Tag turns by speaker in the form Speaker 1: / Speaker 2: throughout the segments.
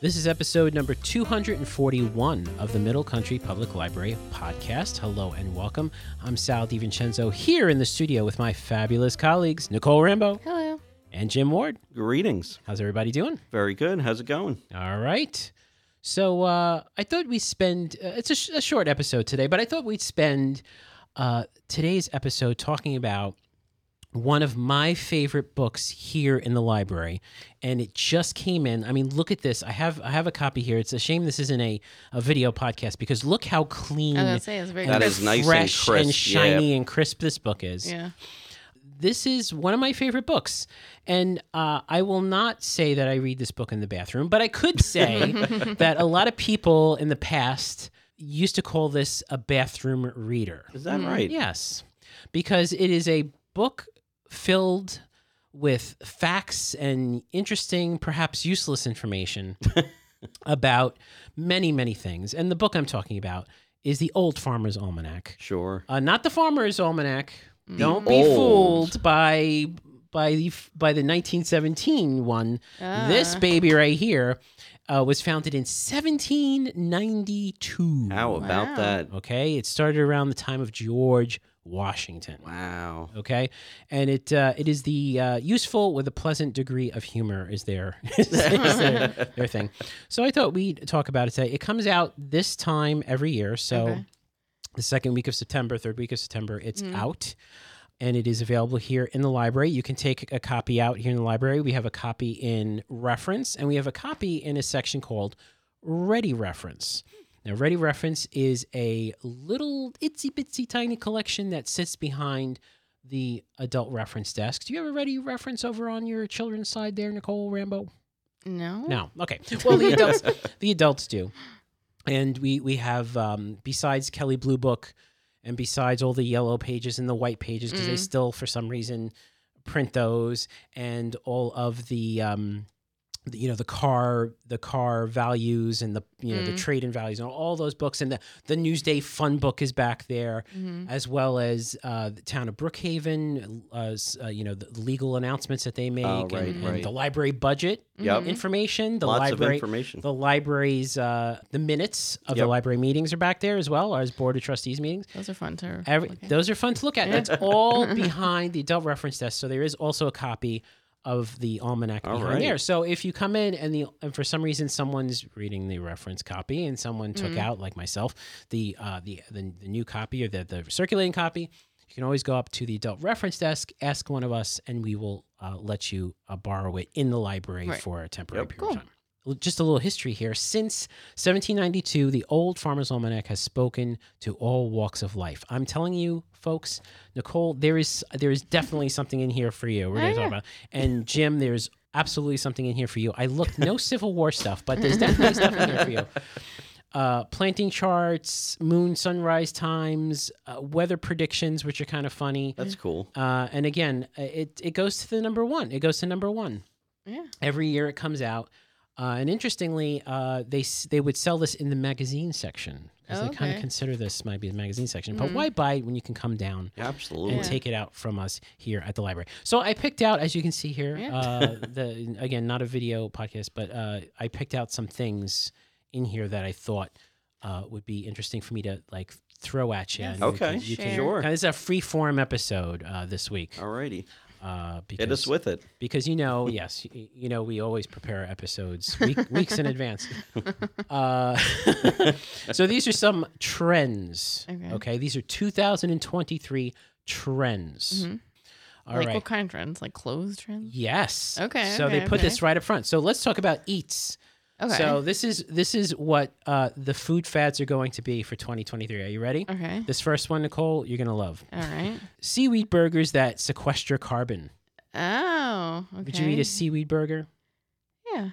Speaker 1: This is episode number 241 of the Middle Country Public Library podcast. Hello and welcome. I'm Sal DiVincenzo here in the studio with my fabulous colleagues, Nicole Rambo
Speaker 2: Hello.
Speaker 1: and Jim Ward.
Speaker 3: Greetings.
Speaker 1: How's everybody doing?
Speaker 3: Very good. How's it going?
Speaker 1: All right. So uh, I thought we spend uh, it's a, sh- a short episode today, but I thought we'd spend uh, today's episode talking about one of my favorite books here in the library, and it just came in. I mean, look at this. I have I have a copy here. It's a shame this isn't a, a video podcast because look how clean
Speaker 2: I was gonna say it's Oh, very
Speaker 1: and
Speaker 3: That
Speaker 2: good.
Speaker 3: is nice and
Speaker 1: fresh and,
Speaker 3: crisp. Yeah.
Speaker 1: shiny and crisp this book is
Speaker 2: Yeah.
Speaker 1: this is one of my favorite books. And uh, I will not say that I read this book in the bathroom, but I could say that a lot of people in the past used to call this a bathroom reader.
Speaker 3: Is
Speaker 2: Mm-hmm.
Speaker 3: that right?
Speaker 1: Yes, because it is a book filled with facts and interesting, perhaps useless information about many, many things. And the book I'm talking about is The Old Farmer's Almanac.
Speaker 3: Sure.
Speaker 1: Uh, not the Farmer's Almanac.
Speaker 2: Mm-hmm.
Speaker 1: Don't be
Speaker 3: old.
Speaker 1: fooled by by the by the 1917 one. This
Speaker 2: Ah.
Speaker 1: baby right here uh, was founded in 1792.
Speaker 3: How about
Speaker 2: Oh, Wow.
Speaker 3: that?
Speaker 1: Okay, it started around the time of George Washington.
Speaker 3: Wow.
Speaker 1: Okay, and it uh, it is the uh, useful with a pleasant degree of humor is their is their, their thing. So I thought we'd talk about it today. It comes out this time every year, so
Speaker 2: Okay.
Speaker 1: the second week of September, third week of September, it's
Speaker 2: Mhm.
Speaker 1: out. And it is available here in the library. You can take a copy out here in the library. We have a copy in reference, and we have a copy in a section called Ready Reference. Now, Ready Reference is a little itsy bitsy tiny collection that sits behind the adult reference desk. Do you have a Ready Reference over on your children's side there, Nicole Rambo?
Speaker 2: No.
Speaker 1: No. Okay. Well, the adults, the adults do, and we we have um, besides Kelly Blue Book, and besides all the yellow pages and the white pages because they
Speaker 2: Mm.
Speaker 1: still for some reason print those, and all of the. Um, the- you know the car the car values and the you know the
Speaker 2: Mm.
Speaker 1: trade and values and all those books and the the newsday fun book is back there
Speaker 2: Mhm.
Speaker 1: as well as uh, the town of brookhaven uh, s- uh, you know the legal announcements that they make and-
Speaker 3: Oh, right,
Speaker 1: and
Speaker 3: right.
Speaker 1: the library budget
Speaker 3: Yep.
Speaker 2: Mhm.
Speaker 1: information. The
Speaker 3: Lots of
Speaker 1: library,
Speaker 3: information.
Speaker 1: the library's, uh, the minutes of the
Speaker 3: Yep.
Speaker 1: library meetings are back there as well as board of trustees meetings.
Speaker 2: Those are fun to.
Speaker 1: Every,
Speaker 2: look at.
Speaker 1: Those are fun to look at.
Speaker 2: Yeah.
Speaker 1: That's all behind the adult reference desk. So there is also a copy of the almanac
Speaker 3: All
Speaker 1: behind
Speaker 3: right.
Speaker 1: there. So if you come in and the and for some reason someone's reading the reference copy and someone took
Speaker 2: Mm.
Speaker 1: out like myself the uh, the, the the new copy or the the circulating copy. You can always go up to the adult reference desk, ask one of us, and we will uh, let you uh, borrow it in the library
Speaker 2: Right.
Speaker 1: for a temporary
Speaker 3: Yep.
Speaker 1: period
Speaker 2: Cool.
Speaker 1: of time. L- Just a little history here. Since 1792, the Old Farmer's Almanac has spoken to all walks of life. I'm telling you, folks, Nicole, there is there is definitely something in here for you. We're going
Speaker 2: Oh,
Speaker 1: to talk
Speaker 2: yeah.
Speaker 1: about, and Jim, there's absolutely something in here for you. I looked no Civil War stuff, but there's definitely stuff in here for you uh, planting charts, moon sunrise times, uh, weather predictions, which are kind of funny.
Speaker 3: That's cool.
Speaker 1: Uh, and again, uh, it, it goes to the number one. It goes to number one.
Speaker 2: Yeah.
Speaker 1: Every year it comes out. Uh, and interestingly, uh, they s- they would sell this in the magazine section because
Speaker 2: Oh,
Speaker 1: they kind of
Speaker 2: okay.
Speaker 1: consider this might be the magazine section. But
Speaker 2: Mhm.
Speaker 1: why buy it when you can come down
Speaker 3: Absolutely.
Speaker 1: and
Speaker 2: Yeah.
Speaker 1: take it out from us here at the library. So I picked out, as you can see here,
Speaker 2: Yeah.
Speaker 1: uh, the again not a video podcast, but uh, I picked out some things in here that I thought uh, would be interesting for me to like throw at you.
Speaker 2: Yeah.
Speaker 1: and you
Speaker 3: Okay.
Speaker 1: can- you can-
Speaker 2: Share.
Speaker 3: Sure.
Speaker 1: Now, this is a free form episode uh, this week.
Speaker 3: Alrighty.
Speaker 1: Uh, because,
Speaker 3: Hit us with it.
Speaker 1: because you know, yes, you, you know, we always prepare episodes week, weeks in advance. Uh, so these are some trends.
Speaker 2: Okay.
Speaker 1: okay? these are 2023 trends.
Speaker 2: Mhm.
Speaker 1: All
Speaker 2: like
Speaker 1: right.
Speaker 2: what kind of trends? Like clothes trends?
Speaker 1: Yes.
Speaker 2: Okay,
Speaker 1: So they
Speaker 2: okay,
Speaker 1: put this
Speaker 2: okay.
Speaker 1: right up front. So let's talk about eats.
Speaker 2: Okay.
Speaker 1: So this is this is what uh, the food fads are going to be for 2023. Are you ready?
Speaker 2: okay.
Speaker 1: This first one, Nicole, you're gonna love
Speaker 2: All right.
Speaker 1: seaweed burgers that sequester carbon.
Speaker 2: Oh. Okay.
Speaker 1: Would you eat a seaweed burger?
Speaker 2: Yeah.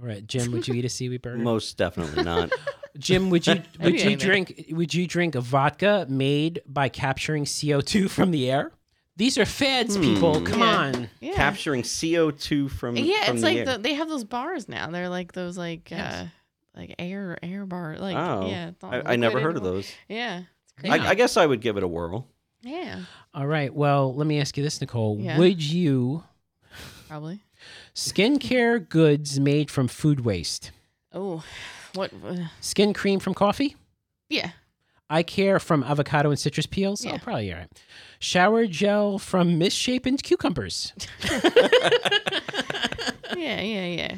Speaker 1: All right, Jim. Would you eat a seaweed burger?
Speaker 3: Most definitely not.
Speaker 1: Jim, would you
Speaker 2: I'd
Speaker 1: would
Speaker 2: eat
Speaker 1: you
Speaker 2: anything.
Speaker 1: drink would you drink a vodka made by capturing CO two from the air? These are fads, people.
Speaker 3: Hmm.
Speaker 1: Come
Speaker 2: Yeah.
Speaker 1: on.
Speaker 2: Yeah.
Speaker 3: Capturing CO2 from
Speaker 2: yeah.
Speaker 3: from
Speaker 2: it's
Speaker 3: the
Speaker 2: like
Speaker 3: air.
Speaker 2: the, they have those bars now. They're like those like
Speaker 1: Yes.
Speaker 2: uh like air air bar. Like
Speaker 3: oh,
Speaker 2: yeah. it's not
Speaker 3: I, I never
Speaker 2: liquid
Speaker 3: heard of
Speaker 2: anymore.
Speaker 3: those.
Speaker 2: Yeah. It's
Speaker 1: Yeah.
Speaker 2: great.
Speaker 3: I, I guess I would give it a whirl.
Speaker 2: yeah.
Speaker 1: All right. Well, let me ask you this, Nicole.
Speaker 2: Yeah.
Speaker 1: Would you
Speaker 2: Probably.
Speaker 1: Skincare goods made from food waste.
Speaker 2: Oh, what? uh,
Speaker 1: Skin cream from coffee.
Speaker 2: yeah.
Speaker 1: Eye care from avocado and citrus peels.
Speaker 2: Yeah.
Speaker 1: Oh, probably all right. Shower gel from misshapen cucumbers.
Speaker 2: yeah, yeah, yeah.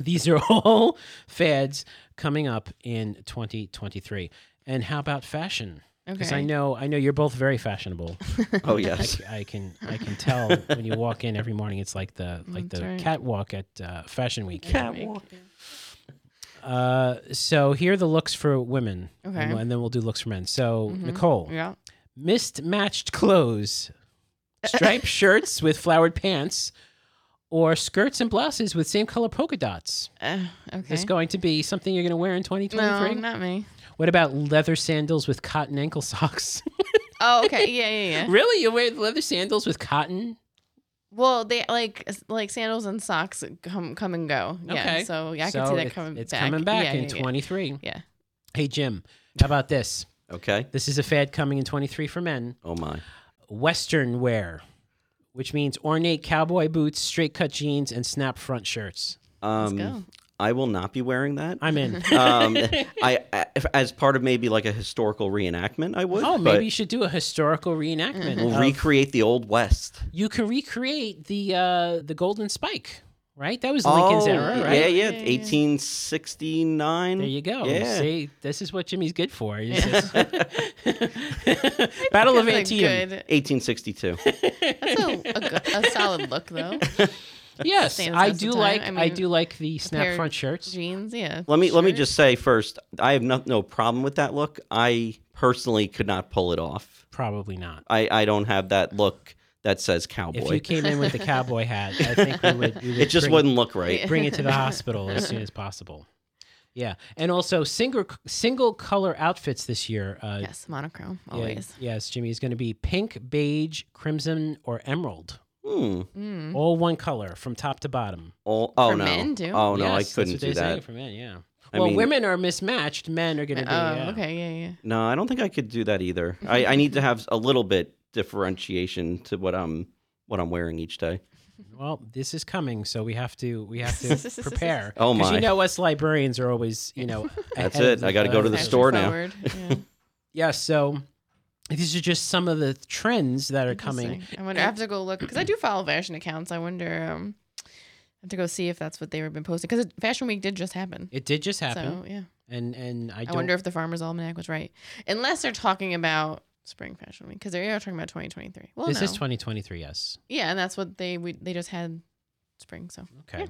Speaker 1: These are all fads coming up in 2023. And how about fashion? Because
Speaker 2: Okay.
Speaker 1: I know I know you're both very fashionable.
Speaker 3: Oh
Speaker 1: I,
Speaker 3: yes.
Speaker 1: c- I can I can tell when you walk in every morning. It's like the like
Speaker 2: Mm, That's
Speaker 1: the
Speaker 2: right.
Speaker 1: catwalk at uh, Fashion Week.
Speaker 2: Yeah, make-
Speaker 1: Uh, so here are the looks for women, and
Speaker 2: Okay.
Speaker 1: we'll- and then we'll do looks for men. So
Speaker 2: Mhm.
Speaker 1: Nicole,
Speaker 2: Yeah.
Speaker 1: mismatched clothes, striped shirts with flowered pants, or skirts and blouses with same color polka dots.
Speaker 2: Uh,
Speaker 1: Is
Speaker 2: okay.
Speaker 1: this going to be something you're going to wear in 2023?
Speaker 2: no, not me.
Speaker 1: What about leather sandals with cotton ankle socks?
Speaker 2: Oh, okay. Yeah, yeah, yeah.
Speaker 1: really, you wear leather sandals with cotton?
Speaker 2: Well, they like like sandals and socks come come and go. Yeah.
Speaker 1: Okay.
Speaker 2: So yeah, I
Speaker 1: so
Speaker 2: can see that
Speaker 1: it's-
Speaker 2: coming
Speaker 1: It's
Speaker 2: back.
Speaker 1: coming back
Speaker 2: Yeah,
Speaker 1: in
Speaker 2: yeah, yeah.
Speaker 1: 23.
Speaker 2: Yeah.
Speaker 1: Hey Jim, how about this?
Speaker 3: Okay.
Speaker 1: This is a fad coming in 23 for men.
Speaker 3: Oh my.
Speaker 1: Western wear, which means ornate cowboy boots, straight cut jeans, and snap front shirts.
Speaker 3: Um,
Speaker 2: Let's go.
Speaker 3: I will not be wearing that.
Speaker 1: I'm in.
Speaker 3: um, I, I if, as part of maybe like a historical reenactment, I would.
Speaker 1: oh,
Speaker 3: but
Speaker 1: maybe you should do a historical reenactment.
Speaker 3: we'll
Speaker 1: of-
Speaker 3: recreate the old West.
Speaker 1: you can recreate the uh, the golden spike, right? That was Lincoln's
Speaker 3: oh,
Speaker 1: era, right?
Speaker 3: Yeah,
Speaker 2: Yeah,
Speaker 3: yeah,
Speaker 2: yeah.
Speaker 3: 1869.
Speaker 1: There you go.
Speaker 3: Yeah.
Speaker 1: See, this is what Jimmy's good for. He's just- Battle of
Speaker 2: That's a
Speaker 1: Antietam.
Speaker 2: good.
Speaker 3: 1862.
Speaker 2: That's a, a, go- a solid look though.
Speaker 1: Yes,
Speaker 2: Stands
Speaker 1: I
Speaker 2: test of
Speaker 1: do
Speaker 2: time.
Speaker 1: like I,
Speaker 2: I mean,
Speaker 1: do like the snap
Speaker 2: pair-
Speaker 1: front shirts.
Speaker 2: Jeans. Yeah.
Speaker 3: let me let me
Speaker 2: Sure.
Speaker 3: just say first, I have no, no problem with that look. I personally could not pull it off.
Speaker 1: Probably not.
Speaker 3: I, I don't have that look that says
Speaker 1: If
Speaker 3: cowboy.
Speaker 1: you came in with the cowboy hat, I think we would. We would
Speaker 3: Oh, It just
Speaker 1: bring-
Speaker 3: wouldn't look right.
Speaker 2: Yeah.
Speaker 1: bring it to the hospital as soon as possible. Yeah, and also single single color outfits this year. Uh,
Speaker 2: Yes, monochrome
Speaker 1: yeah,
Speaker 2: always.
Speaker 1: yes, Jimmy is going to be pink, beige, crimson, or emerald.
Speaker 3: Hmm.
Speaker 2: Mm.
Speaker 1: All one color from top to bottom.
Speaker 3: Oh, oh
Speaker 2: For
Speaker 3: no.
Speaker 2: men, too?
Speaker 3: Oh no,
Speaker 1: Yes,
Speaker 3: I couldn't
Speaker 1: that's what they
Speaker 3: do
Speaker 1: say
Speaker 3: that.
Speaker 1: for men. Yeah.
Speaker 3: I
Speaker 1: well,
Speaker 3: mean-
Speaker 1: women are mismatched. Men are going to be. uh,
Speaker 2: Oh,
Speaker 1: yeah.
Speaker 2: okay. Yeah, yeah.
Speaker 3: No, I don't think I could do that either. I, I need to have a little bit differentiation to what I'm what I'm wearing each day.
Speaker 1: Well, this is coming, so we have to we have to prepare.
Speaker 3: Oh
Speaker 1: 'Cause
Speaker 3: my.
Speaker 1: You know, us librarians are always you know.
Speaker 3: That's
Speaker 1: ahead of
Speaker 3: it. I gotta go to the
Speaker 1: curve.
Speaker 2: Fashion
Speaker 3: store now.
Speaker 2: forward, yeah.
Speaker 1: Yeah. So these are just some of the trends that are coming.
Speaker 2: Interesting. I wonder. I have to go look because I do follow fashion accounts. I wonder. Um, I have to go see if that's what they've been posting because Fashion Week did just happen.
Speaker 1: It did just happen,
Speaker 2: So yeah,
Speaker 1: and and I,
Speaker 2: I,
Speaker 1: don't.
Speaker 2: wonder if the Farmer's Almanac was right, unless they're talking about Spring Fashion Week because they are talking about 2023. Well,
Speaker 1: this
Speaker 2: no.
Speaker 1: is 2023. Yes.
Speaker 2: yeah, and that's what they we, they just had spring. So
Speaker 1: Okay.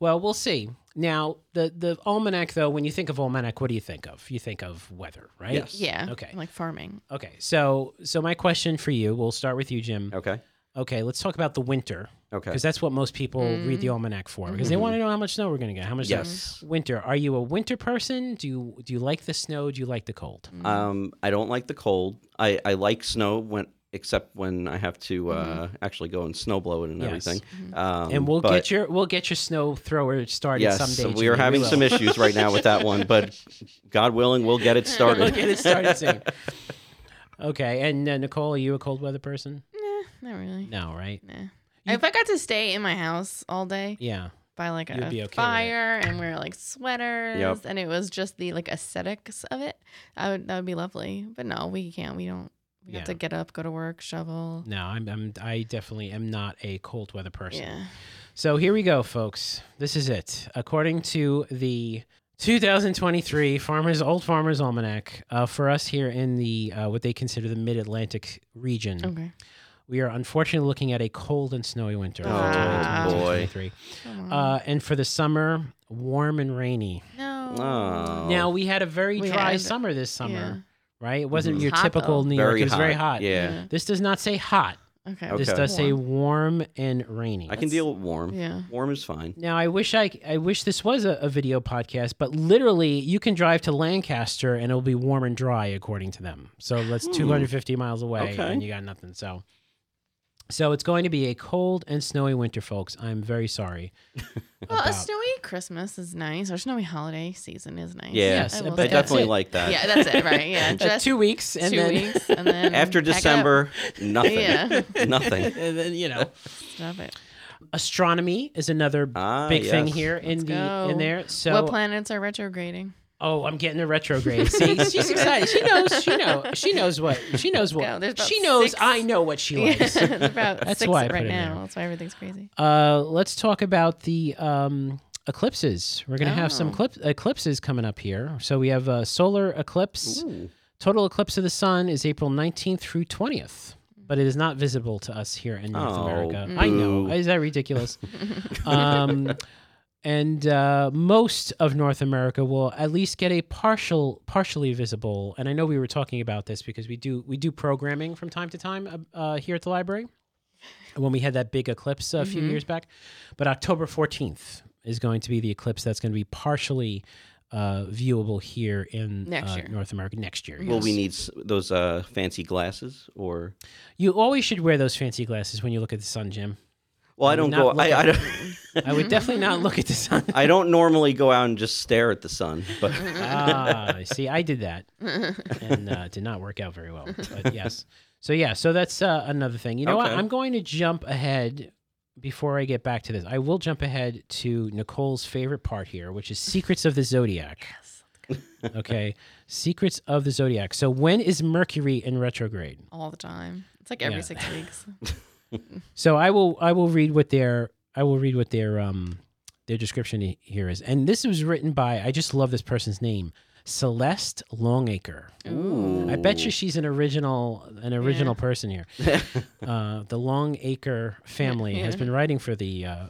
Speaker 1: Well, we'll see. Now, the the almanac though, when you think of almanac, what do you think of? You think of weather, right?
Speaker 3: Yes.
Speaker 2: yeah,
Speaker 1: Okay.
Speaker 2: like farming.
Speaker 1: Okay. So, so my question for you, we'll start with you, Jim.
Speaker 3: Okay.
Speaker 1: Okay, let's talk about the winter
Speaker 3: Okay.
Speaker 1: because that's what most people read the almanac for because they
Speaker 3: Mhm.
Speaker 1: want to know how much snow we're going to get. How much snow-
Speaker 3: Yes.
Speaker 1: Winter. Are you a winter person? Do you do you like the snow? Do you like the cold?
Speaker 2: Mm.
Speaker 3: Um, I don't like the cold. I, I like snow when except when I have to uh, actually go and snow blow it and
Speaker 1: Mm-hmm. Yes. Mm-hmm.
Speaker 3: everything.
Speaker 2: Mhm.
Speaker 3: Um,
Speaker 1: and we'll
Speaker 3: but
Speaker 1: get your we'll get your snow thrower started
Speaker 3: yes,
Speaker 1: someday.
Speaker 3: we are
Speaker 1: Jimmy.
Speaker 3: having
Speaker 1: will.
Speaker 3: some issues right now with that one, but God willing, we'll get it started.
Speaker 1: we'll get it started soon. Okay, and uh, Nicole, are you a cold weather person?
Speaker 2: Nah, not really.
Speaker 1: No, right?
Speaker 2: Nah. If I got to stay in my house all day,
Speaker 1: Yeah,
Speaker 2: by like
Speaker 1: You'd
Speaker 2: a
Speaker 1: be okay with it.
Speaker 2: fire and wear like sweaters and it was just the like aesthetics of it i would that would be lovely but no we can't we don't we
Speaker 1: Yeah.
Speaker 2: have to get up go to work shovel
Speaker 1: no, I'm, I'm I definitely am not a cold weather person.
Speaker 2: yeah
Speaker 1: So here we go, folks. This is it. According to the 2023 Farmers Old Farmers Almanac, uh, for us here in the uh, what they consider the Mid Atlantic region,
Speaker 2: okay
Speaker 1: we are unfortunately looking at a cold and snowy winter. for
Speaker 3: Oh,
Speaker 2: Ah.
Speaker 1: 2023.
Speaker 2: Come on.
Speaker 1: Uh, and for the summer, warm and rainy.
Speaker 2: no
Speaker 3: Oh.
Speaker 1: Now we had a very
Speaker 2: We
Speaker 1: dry
Speaker 2: had-
Speaker 1: summer this summer,
Speaker 2: Yeah.
Speaker 1: right? It wasn't
Speaker 3: Mhm.
Speaker 1: your
Speaker 2: Hot,
Speaker 1: typical
Speaker 2: though.
Speaker 1: New York.
Speaker 3: very
Speaker 1: It was
Speaker 3: hot.
Speaker 1: very hot.
Speaker 3: Yeah.
Speaker 1: This does not say hot.
Speaker 2: okay,
Speaker 1: This
Speaker 3: Okay.
Speaker 1: does uh, say
Speaker 2: Warm.
Speaker 1: warm and rainy.
Speaker 3: I can deal with warm.
Speaker 2: yeah
Speaker 3: Warm is fine.
Speaker 1: Now I wish I I wish this was a, a video podcast, but literally you can drive to Lancaster and it'll be warm and dry according to them. So that's
Speaker 3: Hmm.
Speaker 1: 250 miles away
Speaker 3: Okay.
Speaker 1: and you got nothing. So so it's going to be a cold and snowy winter, folks. I'm very sorry.
Speaker 2: well a
Speaker 1: about-
Speaker 2: snowy christmas is nice or snowy holiday season is nice
Speaker 3: Yeah.
Speaker 1: Yes,
Speaker 2: I
Speaker 1: but
Speaker 2: will
Speaker 3: I
Speaker 2: say
Speaker 1: that's
Speaker 3: definitely
Speaker 1: it.
Speaker 3: like
Speaker 2: that.
Speaker 3: that.
Speaker 2: yeah that's it right yeah
Speaker 1: Uh,
Speaker 2: just
Speaker 1: two weeks and
Speaker 2: two
Speaker 1: then
Speaker 2: weeks and then
Speaker 3: After
Speaker 2: pack up.
Speaker 3: December, nothing.
Speaker 2: yeah
Speaker 3: Nothing.
Speaker 1: and then you know.
Speaker 2: stop it
Speaker 1: Astronomy is another
Speaker 3: Ah,
Speaker 1: big thing
Speaker 3: yes.
Speaker 1: here in
Speaker 2: Let's
Speaker 1: the in
Speaker 2: go.
Speaker 1: there. So
Speaker 2: what planets are retrograding?
Speaker 1: Oh, I'm getting a retrograde. See, she's excited. She knows. She know. She knows what. She knows
Speaker 2: go.
Speaker 1: what.
Speaker 2: There's about
Speaker 1: she knows.
Speaker 2: six-
Speaker 1: I know what she
Speaker 2: Yeah,
Speaker 1: likes.
Speaker 2: it's about
Speaker 1: That's
Speaker 2: six
Speaker 1: why I put
Speaker 2: right
Speaker 1: it in
Speaker 2: now.
Speaker 1: there.
Speaker 2: That's why everything's crazy.
Speaker 1: Uh, let's talk about the um, eclipses. We're gonna have some
Speaker 2: Oh.
Speaker 1: clip- eclipses coming up here. So we have a solar eclipse.
Speaker 3: Ooh.
Speaker 1: Total eclipse of the sun is April 19th through 20th, but it is not visible to us here in North
Speaker 3: Oh,
Speaker 1: America. I know.
Speaker 3: boo.
Speaker 1: Is that ridiculous? um, and uh, most of North America will at least get a partial, partially visible. And I know we were talking about this because we do we do programming from time to time uh, uh, here at the library. When we had that big eclipse a few
Speaker 2: Mhm.
Speaker 1: years back, but October fourteenth is going to be the eclipse that's going to be partially uh, viewable here in
Speaker 2: Next
Speaker 1: uh,
Speaker 2: year.
Speaker 1: North America next year.
Speaker 3: Will we
Speaker 1: yes.
Speaker 3: need s- those uh, fancy glasses or?
Speaker 1: You always should wear those fancy glasses when you look at the sun, Jim.
Speaker 3: Well,
Speaker 1: I
Speaker 3: I don't
Speaker 1: would not
Speaker 3: go.
Speaker 1: look
Speaker 3: I,
Speaker 1: at
Speaker 3: I don't.
Speaker 1: I would definitely not look at the sun.
Speaker 3: I don't normally go out and just stare at the sun, but
Speaker 1: ah, see, I did that and uh, did not work out very well. But yes, so yeah, so that's uh, another thing. You know what?
Speaker 3: Okay.
Speaker 1: I'm going to jump ahead before I get back to this. I will jump ahead to Nicole's favorite part here, which is secrets of the zodiac.
Speaker 2: Yes.
Speaker 1: Okay, secrets of the zodiac. So when is Mercury in retrograde?
Speaker 2: All the time. It's like every
Speaker 1: Yeah.
Speaker 2: six weeks.
Speaker 1: So I will I will read what their I will read what their um their description he- here is. And this was written by I just love this person's name, Celeste Longacre.
Speaker 2: Ooh.
Speaker 1: I bet you she's an original an original person here.
Speaker 3: bet you.
Speaker 1: Uh, the Longacre family has been writing for the uh,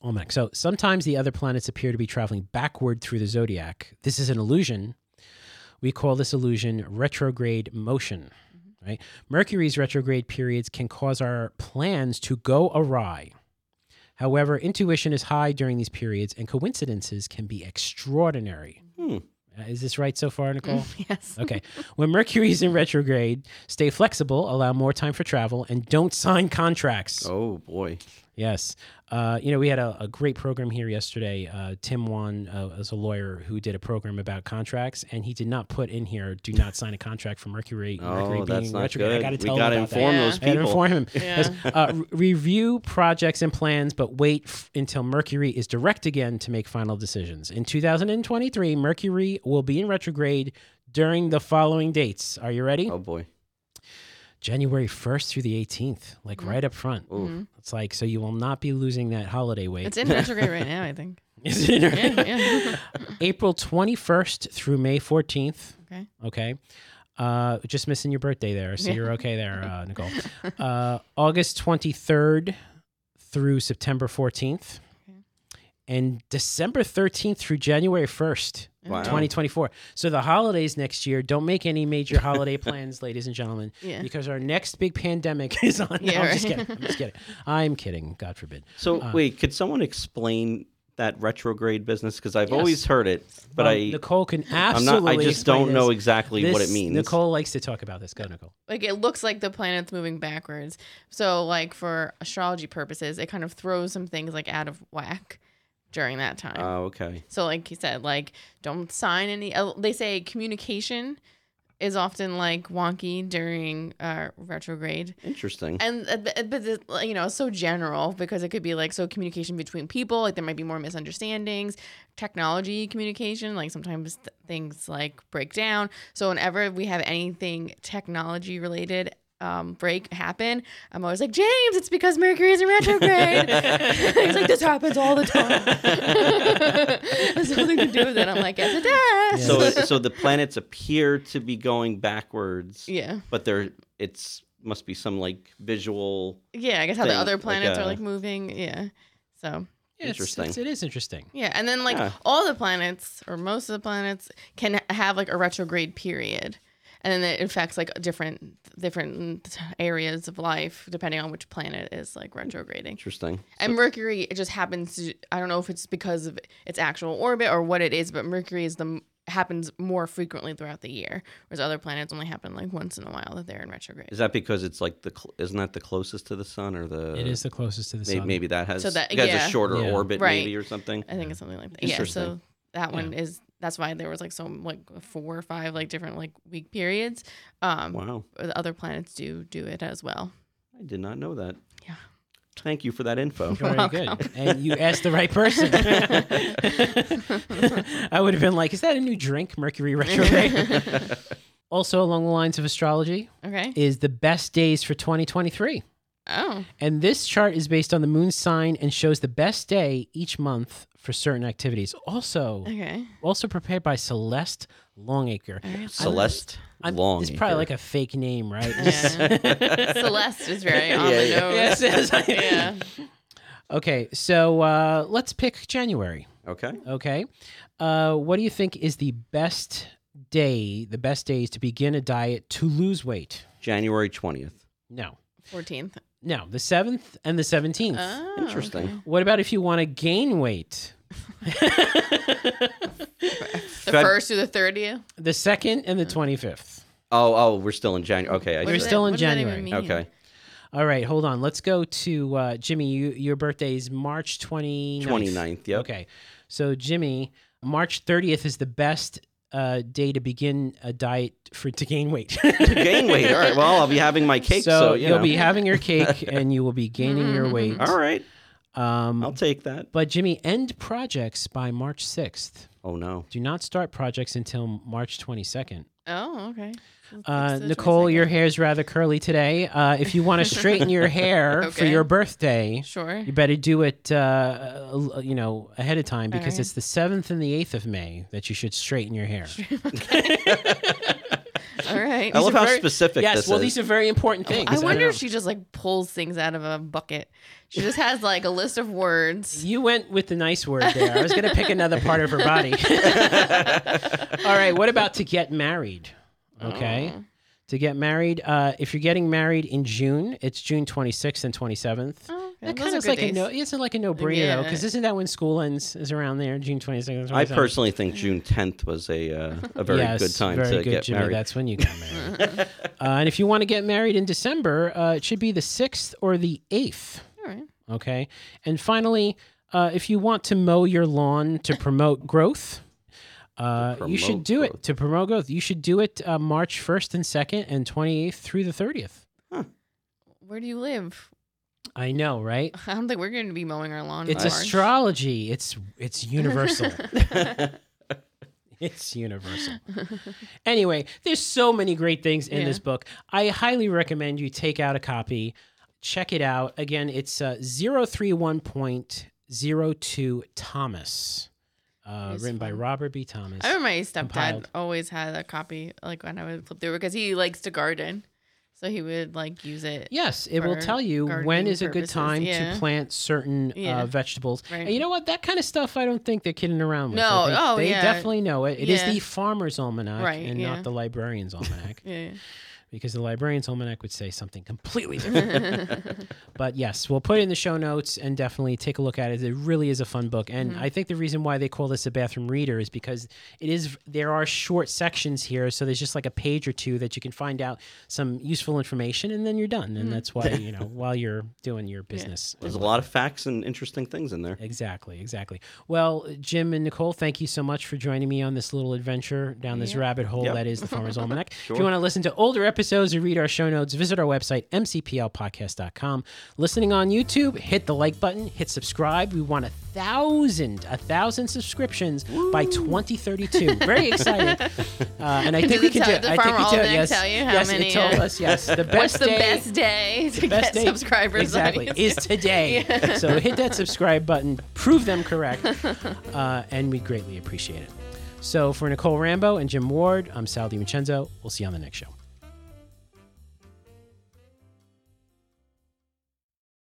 Speaker 1: almanac. So sometimes the other planets appear to be traveling backward through the zodiac. This is an illusion. We call this illusion retrograde motion. Right? Mercury's retrograde periods can cause our plans to go awry. However, intuition is high during these periods, and coincidences can be extraordinary.
Speaker 3: Hmm.
Speaker 1: Uh, is this right so far, Nicole?
Speaker 2: yes.
Speaker 1: Okay. When Mercury is in retrograde, stay flexible, allow more time for travel, and don't sign contracts.
Speaker 3: oh boy.
Speaker 1: Yes. Uh, you know, we had a, a great program here yesterday. Uh, Tim Wan uh, is a lawyer who did a program about contracts, and he did not put in here, do not sign a contract for Mercury, Mercury
Speaker 3: Oh, that's
Speaker 1: being
Speaker 3: not
Speaker 1: retrograde.
Speaker 3: good.
Speaker 1: I got to tell
Speaker 3: we
Speaker 1: him
Speaker 3: gotta
Speaker 1: about that.
Speaker 3: inform
Speaker 2: Yeah.
Speaker 3: those
Speaker 1: I gotta
Speaker 3: people.
Speaker 1: inform him. Yes. Uh, re- review projects and plans, but wait f- until Mercury is direct again to make final decisions. In 2023, Mercury will be in retrograde during the following dates. Are you ready?
Speaker 3: Oh boy.
Speaker 1: January 1st through the 18th, like
Speaker 2: Mhm.
Speaker 1: right up front.
Speaker 3: Mm-hmm. Ooh.
Speaker 2: Mhm.
Speaker 1: It's like, so you will not be losing that holiday weight.
Speaker 2: It's in retrograde right now, I think.
Speaker 1: Is it right?
Speaker 2: Yeah, yeah.
Speaker 1: April 21st through May 14th.
Speaker 2: Okay.
Speaker 1: Okay. Uh, just missing your birthday there. So
Speaker 2: Yeah.
Speaker 1: you're okay there, uh, Nicole. Uh, August 23rd through September 14th.
Speaker 2: Okay.
Speaker 1: And December 13th through January 1st,
Speaker 3: Wow.
Speaker 1: 2024. So the holidays next year, don't make any major holiday plans, ladies and gentlemen
Speaker 2: Yeah.
Speaker 1: because our next big pandemic is on.
Speaker 2: Yeah,
Speaker 1: I'm just
Speaker 2: right.
Speaker 1: kidding. I'm just kidding. I'm kidding. God forbid.
Speaker 3: So
Speaker 1: Uh,
Speaker 3: wait, could someone explain that retrograde business? Because I've
Speaker 1: Yes.
Speaker 3: always heard it, but
Speaker 1: Um,
Speaker 3: I
Speaker 1: Nicole can
Speaker 3: I'm
Speaker 1: absolutely.
Speaker 3: not. I just
Speaker 1: explain
Speaker 3: don't know
Speaker 1: this.
Speaker 3: exactly what it
Speaker 1: This-
Speaker 3: means.
Speaker 1: Nicole likes to talk about this. Go, Nicole.
Speaker 2: Like it looks like the planet's moving backwards. So like for astrology purposes, it kind of throws some things like out of whack during that time.
Speaker 3: Oh, okay.
Speaker 2: So, like you said, like don't sign any. oh, They say communication is often like wonky during uh, retrograde,
Speaker 3: Interesting.
Speaker 2: and uh, but but this, like, you know, it's so general because it could be like so communication between people. Like there might be more misunderstandings, technology communication. Like sometimes th- things like break down. So whenever we have anything technology related. Um, break happen. I'm always like James. It's because Mercury is in retrograde. He's like this happens all the time. There's nothing to do with it. I'm like yes, it does.
Speaker 3: so so the planets appear to be going backwards,
Speaker 2: yeah,
Speaker 3: but there it's must be some like visual.
Speaker 2: yeah. I guess how the
Speaker 3: Thing,
Speaker 2: other
Speaker 3: like uh,
Speaker 2: planets
Speaker 3: a-
Speaker 2: are like moving. Yeah. So
Speaker 1: Yeah, it's-
Speaker 3: Interesting.
Speaker 1: it's- it is interesting.
Speaker 2: Yeah, and then like
Speaker 3: Yeah.
Speaker 2: all the planets or most of the planets can have like a retrograde period, and then it affects like different different areas of life depending on which planet is like retrograding.
Speaker 3: Interesting.
Speaker 2: And Mercury, it just happens to I don't know if it's because of its actual orbit or what it is, but Mercury is the happens more frequently throughout the year, whereas other planets only happen like once in a while that they're in retrograde.
Speaker 3: Is that because it's like the cl- isn't that the closest to the sun or the
Speaker 1: it is the closest to the
Speaker 3: Maybe,
Speaker 1: sun.
Speaker 3: Uh, maybe that has
Speaker 2: So that-
Speaker 3: it has
Speaker 2: yeah.
Speaker 3: a shorter
Speaker 1: Yeah.
Speaker 3: orbit
Speaker 2: Right.
Speaker 3: maybe or something.
Speaker 2: I think it's something like that. Yeah. So
Speaker 3: Interesting.
Speaker 2: that one is that's why there was like so like four or five like different like week periods. Um,
Speaker 3: Wow,
Speaker 2: the other planets do do it as well.
Speaker 3: I did not know that.
Speaker 2: Yeah.
Speaker 3: Thank you for that info.
Speaker 1: Very good. And you asked the right person. I would have been like, is that a new drink, Mercury retrograde? also, along the lines of astrology,
Speaker 2: Okay.
Speaker 1: is the best days for 2023.
Speaker 2: Oh.
Speaker 1: And this chart is based on the moon sign and shows the best day each month for certain activities. Also,
Speaker 2: Okay.
Speaker 1: also prepared by Celeste Longacre.
Speaker 2: All right.
Speaker 3: Celeste
Speaker 1: I'm-
Speaker 3: Long.
Speaker 1: It's probably like a fake name, right?
Speaker 2: Yeah. Celeste is very on
Speaker 3: Yeah,
Speaker 2: the
Speaker 3: yeah.
Speaker 2: nose.
Speaker 1: Yes, yes, I-
Speaker 2: Yeah.
Speaker 1: Okay, so uh, let's pick January.
Speaker 3: okay.
Speaker 1: Okay. Uh, what do you think is the best day, the best days to begin a diet to lose weight?
Speaker 3: January 20th.
Speaker 1: No.
Speaker 2: 14th.
Speaker 1: No, the 7th and the 17th.
Speaker 2: Oh,
Speaker 3: Interesting.
Speaker 2: okay.
Speaker 1: what about if you want to gain weight?
Speaker 2: The
Speaker 3: Feb-
Speaker 2: first through the 30th.
Speaker 1: The 2nd and the
Speaker 2: Mm.
Speaker 1: 25th.
Speaker 3: Oh, oh, we're still in January. Okay. I
Speaker 2: What
Speaker 1: We're
Speaker 2: does
Speaker 3: just,
Speaker 2: that-
Speaker 1: still in
Speaker 2: what does that even
Speaker 1: January.
Speaker 2: mean?
Speaker 3: okay.
Speaker 1: All right, hold on. Let's go to uh, Jimmy. You, your birthday is March 29th.
Speaker 3: 29th. Yep.
Speaker 1: Okay. So, Jimmy, March 30th is the best uh, day to begin a diet for to gain weight.
Speaker 3: To gain weight. All right. Well, I'll be having my cake. So,
Speaker 1: so,
Speaker 3: you
Speaker 1: you
Speaker 3: know.
Speaker 1: will be having your cake and you will be gaining
Speaker 2: Mm-hmm.
Speaker 1: your weight.
Speaker 3: All right. I'll
Speaker 1: Um,
Speaker 3: take that.
Speaker 1: but Jimmy, end projects by March 6th.
Speaker 3: Oh, no.
Speaker 1: Do not start projects until March 22nd.
Speaker 2: Oh, okay. Let's
Speaker 1: Uh,
Speaker 2: fix the
Speaker 1: Nicole,
Speaker 2: 22nd.
Speaker 1: your hair is rather curly today. Uh, if you want to straighten your hair for
Speaker 2: Okay.
Speaker 1: your birthday,
Speaker 2: Sure.
Speaker 1: you better do it, uh, uh, you know, ahead of time because
Speaker 2: Alright.
Speaker 1: it's the 7th and the 8th of May that you should straighten your hair.
Speaker 2: All right.
Speaker 3: I love how
Speaker 1: very-
Speaker 3: specific
Speaker 1: yes,
Speaker 3: this
Speaker 1: well,
Speaker 3: is.
Speaker 1: these are very important things.
Speaker 2: I
Speaker 1: don't
Speaker 2: wonder if
Speaker 1: know.
Speaker 2: she just like pulls things out of a bucket. She just has like a list of words.
Speaker 1: You went with the nice word there. I was going to pick another part of her body. All right, what about to get married? Okay. To get married, uh, if you're getting married in June, it's June 26th and 27th.
Speaker 2: Oh, okay.
Speaker 1: That
Speaker 2: Those
Speaker 1: kind
Speaker 2: are
Speaker 1: of
Speaker 2: good
Speaker 1: like a
Speaker 2: days.
Speaker 1: no. It's like a no-brainer though,
Speaker 2: Yeah.
Speaker 1: because isn't that when school ends? Is around there, June 26th. And 27th?
Speaker 3: I personally think June 10th was a uh, a very
Speaker 1: yes,
Speaker 3: good time
Speaker 1: very
Speaker 3: to
Speaker 1: good,
Speaker 3: get
Speaker 1: Jimmy.
Speaker 3: married.
Speaker 1: That's when you got married. uh, and if you want to get married in December, uh, it should be the 6th or the 8th.
Speaker 2: All right.
Speaker 1: Okay. And finally, uh, if you want to mow your lawn to promote growth, uh, you should
Speaker 3: promote
Speaker 1: do
Speaker 3: growth.
Speaker 1: it to promote growth. You should do it uh, March 1st and 2nd and 28th through the 30th.
Speaker 2: Where do you live?
Speaker 1: I know, right?
Speaker 2: I don't think we're going to be mowing our lawn. in
Speaker 1: It's
Speaker 2: March.
Speaker 1: astrology. It's it's universal. it's universal. Anyway, there's so many great things in
Speaker 2: Yeah.
Speaker 1: this book. I highly recommend you take out a copy, check it out. Again, it's uh, 031.02 Thomas, uh,
Speaker 2: Nice
Speaker 1: written by
Speaker 2: one.
Speaker 1: Robert B. Thomas.
Speaker 2: I remember my stepdad
Speaker 1: Compiled.
Speaker 2: always had a copy, like when I would flip through, because he likes to garden, so he would like use it.
Speaker 1: Yes, it will
Speaker 2: for
Speaker 1: tell you when
Speaker 2: gardening
Speaker 1: is a good
Speaker 2: purposes,
Speaker 1: time
Speaker 2: yeah.
Speaker 1: to plant certain
Speaker 2: Yeah.
Speaker 1: uh, vegetables.
Speaker 2: Right.
Speaker 1: And you know what? That kind of stuff I don't think they're kidding around with.
Speaker 2: No,
Speaker 1: I think
Speaker 2: oh,
Speaker 1: they
Speaker 2: yeah.
Speaker 1: definitely know it. It is
Speaker 2: Yeah.
Speaker 1: the farmer's almanac
Speaker 2: Right,
Speaker 1: and
Speaker 2: yeah.
Speaker 1: not the librarian's almanac
Speaker 2: Yeah.
Speaker 1: because the librarian's almanac would say something completely different. but yes, we'll put it in the show notes and definitely take a look at it. It really is a fun book. And I think the reason why they call this a bathroom reader is because it is there are short sections here, so there's just like a page or two that you can find out some useful information and then you're done. And that's why, you know, while you're doing your business.
Speaker 3: There's a lot of facts and interesting things in there.
Speaker 1: Exactly, exactly. Well, Jim and Nicole, thank you so much for joining me on this little adventure down this rabbit hole
Speaker 3: Yep.
Speaker 1: that is the Farmer's Almanac. If
Speaker 3: Sure.
Speaker 1: you want to listen to older episodes or read our show notes, visit our website, mcplpodcast.com. Listening on YouTube, hit the like button, hit subscribe. We want a thousand, a thousand subscriptions by 2032. Very excited. Uh, and I
Speaker 2: Does
Speaker 1: think we
Speaker 2: it
Speaker 1: can
Speaker 2: tell-
Speaker 1: do it.
Speaker 2: the
Speaker 1: I think
Speaker 2: Farmer
Speaker 1: we do it.
Speaker 2: Almanac
Speaker 1: Yes,
Speaker 2: tell you how
Speaker 1: yes,
Speaker 2: many,
Speaker 1: it told
Speaker 2: uh,
Speaker 1: us. Yes, the best
Speaker 2: What's the
Speaker 1: day-
Speaker 2: best day to get
Speaker 1: best day-
Speaker 2: subscribers?
Speaker 1: exactly
Speaker 2: on
Speaker 1: is today so hit that subscribe button prove them correct uh, and we greatly appreciate it so for nicole rambo and jim ward i'm sal divincenzo we'll see you on the next show